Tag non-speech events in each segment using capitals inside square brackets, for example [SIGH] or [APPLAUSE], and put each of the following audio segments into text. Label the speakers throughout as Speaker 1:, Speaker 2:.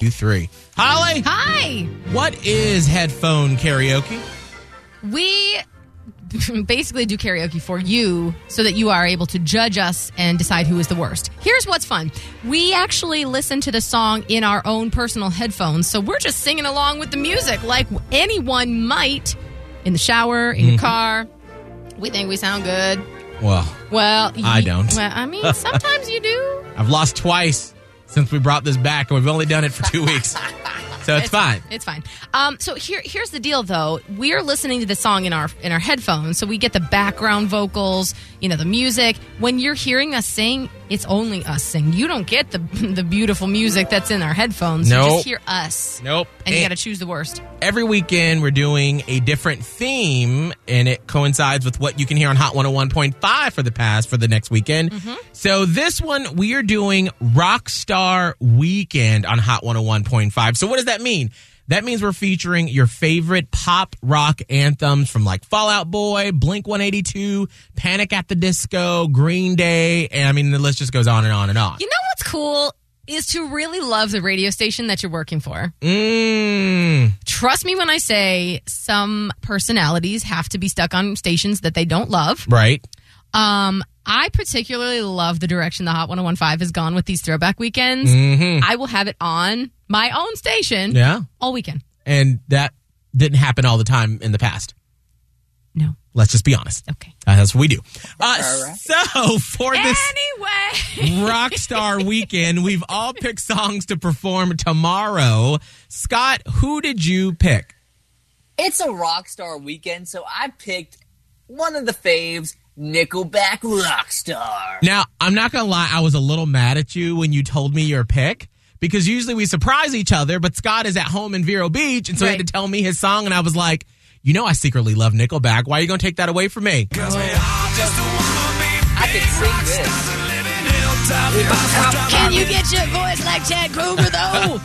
Speaker 1: You three. Holly,
Speaker 2: Hi.
Speaker 1: what is headphone karaoke?
Speaker 2: We basically do karaoke for you so that you are able to judge us and decide who is the worst. Here's what's fun. We actually listen to the song in our own personal headphones, so we're just singing along with the music like anyone might in the shower, in
Speaker 1: Mm-hmm.
Speaker 2: your car. We think we sound good.
Speaker 1: Well,
Speaker 2: Well,
Speaker 1: I
Speaker 2: you-
Speaker 1: don't.
Speaker 2: Well,
Speaker 1: [LAUGHS]
Speaker 2: I mean, sometimes you do.
Speaker 1: I've lost twice since we brought this back, and we've only done it for two [LAUGHS] weeks. So it's fine.
Speaker 2: It's fine. Um, so here, here's the deal, though. We're listening to the song in our in our headphones, so we get the background vocals, you know, the music. When you're hearing us sing, it's only us sing. You don't get the [LAUGHS] the beautiful music that's in our headphones.
Speaker 1: Nope.
Speaker 2: You just hear us,
Speaker 1: Nope.
Speaker 2: and you
Speaker 1: Eh.
Speaker 2: got to choose the worst.
Speaker 1: Every weekend, we're doing a different theme, and it coincides with what you can hear on Hot 101.5 for the past for the next weekend. So, this one, we are doing Rockstar Weekend on Hot 101.5. So, what does that mean? That means we're featuring your favorite pop rock anthems from like Fallout Boy, Blink 182, Panic at the Disco, Green Day, and I mean, the list just goes on and on and on.
Speaker 2: You know what's cool is to really love the radio station that you're working for.
Speaker 1: Mmm.
Speaker 2: Trust me when I say some personalities have to be stuck on stations that they don't love.
Speaker 1: Right.
Speaker 2: Um, I particularly love the direction the Hot 1015 has gone with these throwback weekends. I will have it on my own station
Speaker 1: Yeah.
Speaker 2: all weekend.
Speaker 1: And that didn't happen all the time in the past.
Speaker 2: No.
Speaker 1: Let's just be honest.
Speaker 2: Okay.
Speaker 1: Uh, that's what we do. Uh, so for this
Speaker 2: Anyway.
Speaker 1: Rockstar weekend, we've all picked songs to perform tomorrow. Scott, who did you pick?
Speaker 3: It's a rock star weekend, so I picked one of the faves, Nickelback Rockstar.
Speaker 1: Now, I'm not going to lie, I was a little mad at you when you told me your pick because usually we surprise each other, but Scott is at home in Vero Beach, and so he had
Speaker 2: Right.
Speaker 1: to tell me his song, and I was like, you know, I secretly love Nickelback. Why are you going to take that away from me?
Speaker 3: I could sing this.
Speaker 2: Can you get your voice like Chad Kroger, though?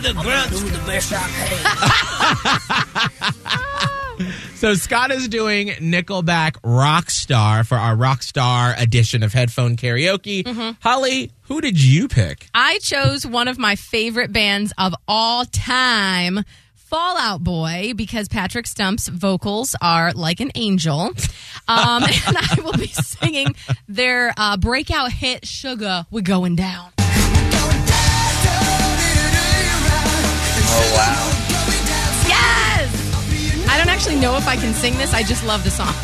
Speaker 3: Do the best I can.
Speaker 1: So Scott is doing Nickelback Rockstar for our Rockstar edition of headphone karaoke.
Speaker 2: Mm-hmm.
Speaker 1: Holly, who did you pick?
Speaker 2: [LAUGHS] I chose one of my favorite bands of all time, Fallout Boy, because Patrick Stump's vocals are like an angel. Um, [LAUGHS] and I will be singing their uh, breakout hit, Sugar, We're Going Down.
Speaker 3: Oh, wow.
Speaker 4: Oh,
Speaker 2: Yes! I don't actually know if I can sing this. I just love the song.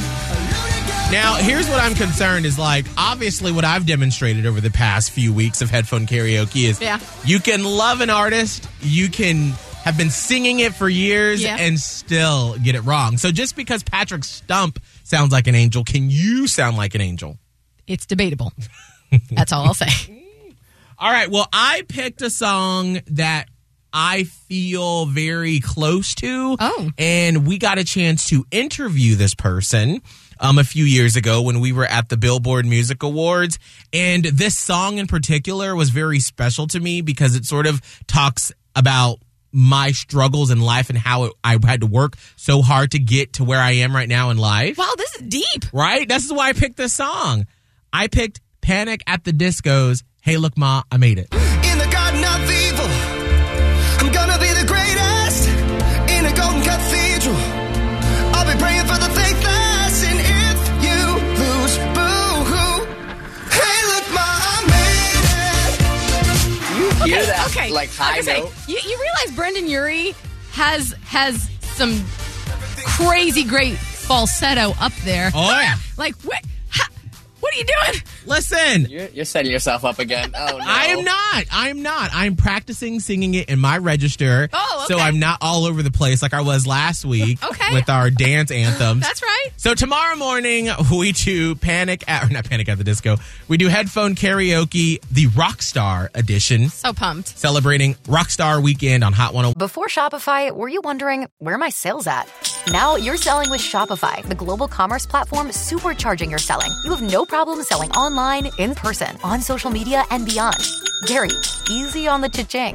Speaker 1: Now, here's what I'm concerned is like obviously what I've demonstrated over the past few weeks of headphone karaoke is
Speaker 2: Yeah.
Speaker 1: you can love an artist, you can have been singing it for years
Speaker 2: Yeah.
Speaker 1: and still get it wrong. So just because Patrick Stump sounds like an angel, can you sound like an angel?
Speaker 2: It's debatable. That's all I'll say.
Speaker 1: All right. Well, I picked a song that I feel very close to.
Speaker 2: Oh.
Speaker 1: And we got a chance to interview this person um, a few years ago when we were at the Billboard Music Awards. And this song in particular was very special to me because it sort of talks about my struggles in life and how it, I had to work so hard to get to where I am right now in life
Speaker 2: Wow, this is deep.
Speaker 1: right? This is why I picked this song. I picked Panic at the Disco's Hey Look Ma, I Made It.
Speaker 4: In the garden of evil, I'm gonna be the greatest. In a golden cathedral, I'll be praying for the faithless. And if you lose, boo hoo. Hey, look, ma, I made it.
Speaker 3: You hear that,
Speaker 2: Okay.
Speaker 3: like,
Speaker 2: I
Speaker 3: high
Speaker 2: was gonna
Speaker 3: note?
Speaker 2: say, you, you realize Brendan Urie has has some crazy great falsetto up there.
Speaker 1: Oh, yeah.
Speaker 2: Like what? Ha, what are you doing?
Speaker 1: Listen,
Speaker 3: You're, you're setting yourself up again. Oh, no.
Speaker 1: I am not. I am not. I'm practicing singing it in my register.
Speaker 2: Oh, okay.
Speaker 1: So I'm not all over the place like I was last week
Speaker 2: Okay.
Speaker 1: with our dance anthems.
Speaker 2: That's right. right.
Speaker 1: So tomorrow morning we do panic at or not panic at the disco. We do headphone karaoke, the Rockstar edition,
Speaker 2: So pumped.
Speaker 1: celebrating Rockstar Weekend on Hot 101.
Speaker 5: Before Shopify, were you wondering where are my sales at? Now you're selling with Shopify, the global commerce platform supercharging your selling. You have no problem selling online, in person, on social media, and beyond. Gary, easy on the cha-ching.